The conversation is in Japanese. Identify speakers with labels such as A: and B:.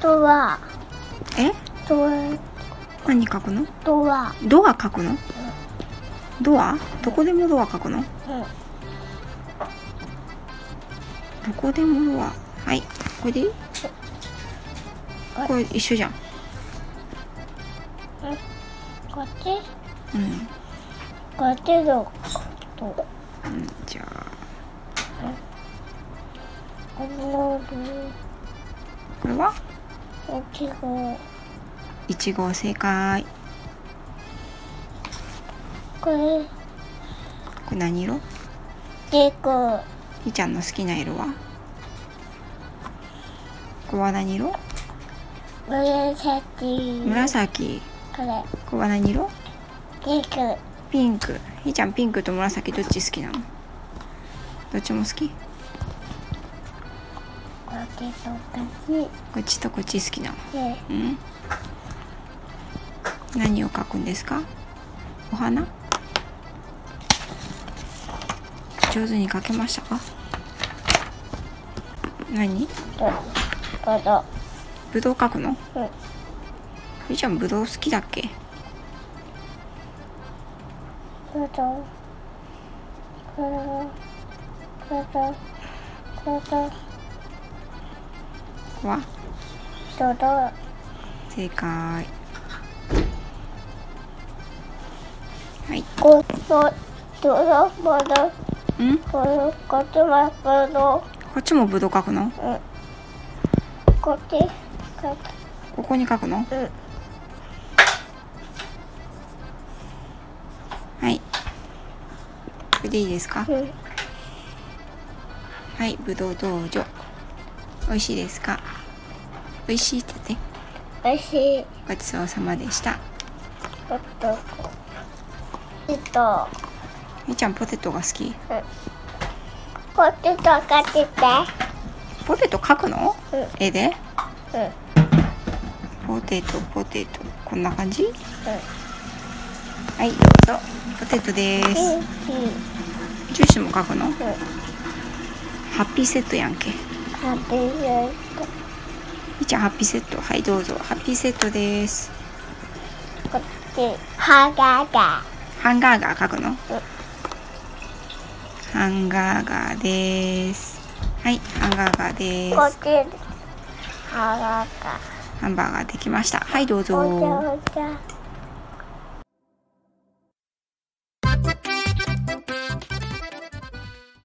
A: ドア
B: え
A: ドア
B: 何書くの
A: ドア
B: ドア書くのドアどこでもドア書くの
A: うん
B: どこでもドアはいこれでいいこれ一緒じゃん
A: こっち
B: うん、
A: こっちのこと
B: うん、じゃあ
A: この
B: これは
A: 大きい子
B: 1号正解
A: これ
B: これ何色
A: 結構
B: ひーちゃんの好きな色はこれは何色
A: 紫
B: 紫
A: これ
B: これは何色
A: 結構
B: ピンクひーちゃんピンクと紫どっち好きなのどっちも好きこ
A: こっちとこっち
B: っちとこっち好きなの
A: で
B: うん何を描くんですかお花上手に描けましたか何
A: とこの
B: ぶどう描くの
A: うん
B: ゆいちゃんぶどう好きだっけ
A: このこのこのこの
B: これは
A: ドド
B: 正解はい
A: このドロボロ
B: ん
A: このこっちはこの
B: こっちもぶどう描くの
A: うんこっちこっち
B: ここに描くの
A: うん
B: はいこれでいいですか
A: うん
B: はい、ぶどう道場。美味しいですか。美味しいって言って、
A: おいしい
B: ごちそうさまでした。
A: ちょっとちょっと
B: みーちゃん、ポテトが好き。
A: こっちとかってて
B: ポテト描くの
A: うん。
B: 絵で。
A: うんうん
B: ポテト、ポテト、こんな感じ。はい、どうぞ。ポテトです。
A: うんうん
B: ジュースも描くの。
A: うん
B: ハッピーセットやんけ。み
A: ハッピーンド
B: ーちゃん、ハッピーセット、はい、どうぞ。ハッピーセットです。
A: こっち歯がが
B: ハンガーガー描くの。ハンガーガーです。はい、ハンガーガーです。
A: こっち歯がが
B: ハンバーガーできました。はい、どう
A: お
B: ぞ。
A: 茶お茶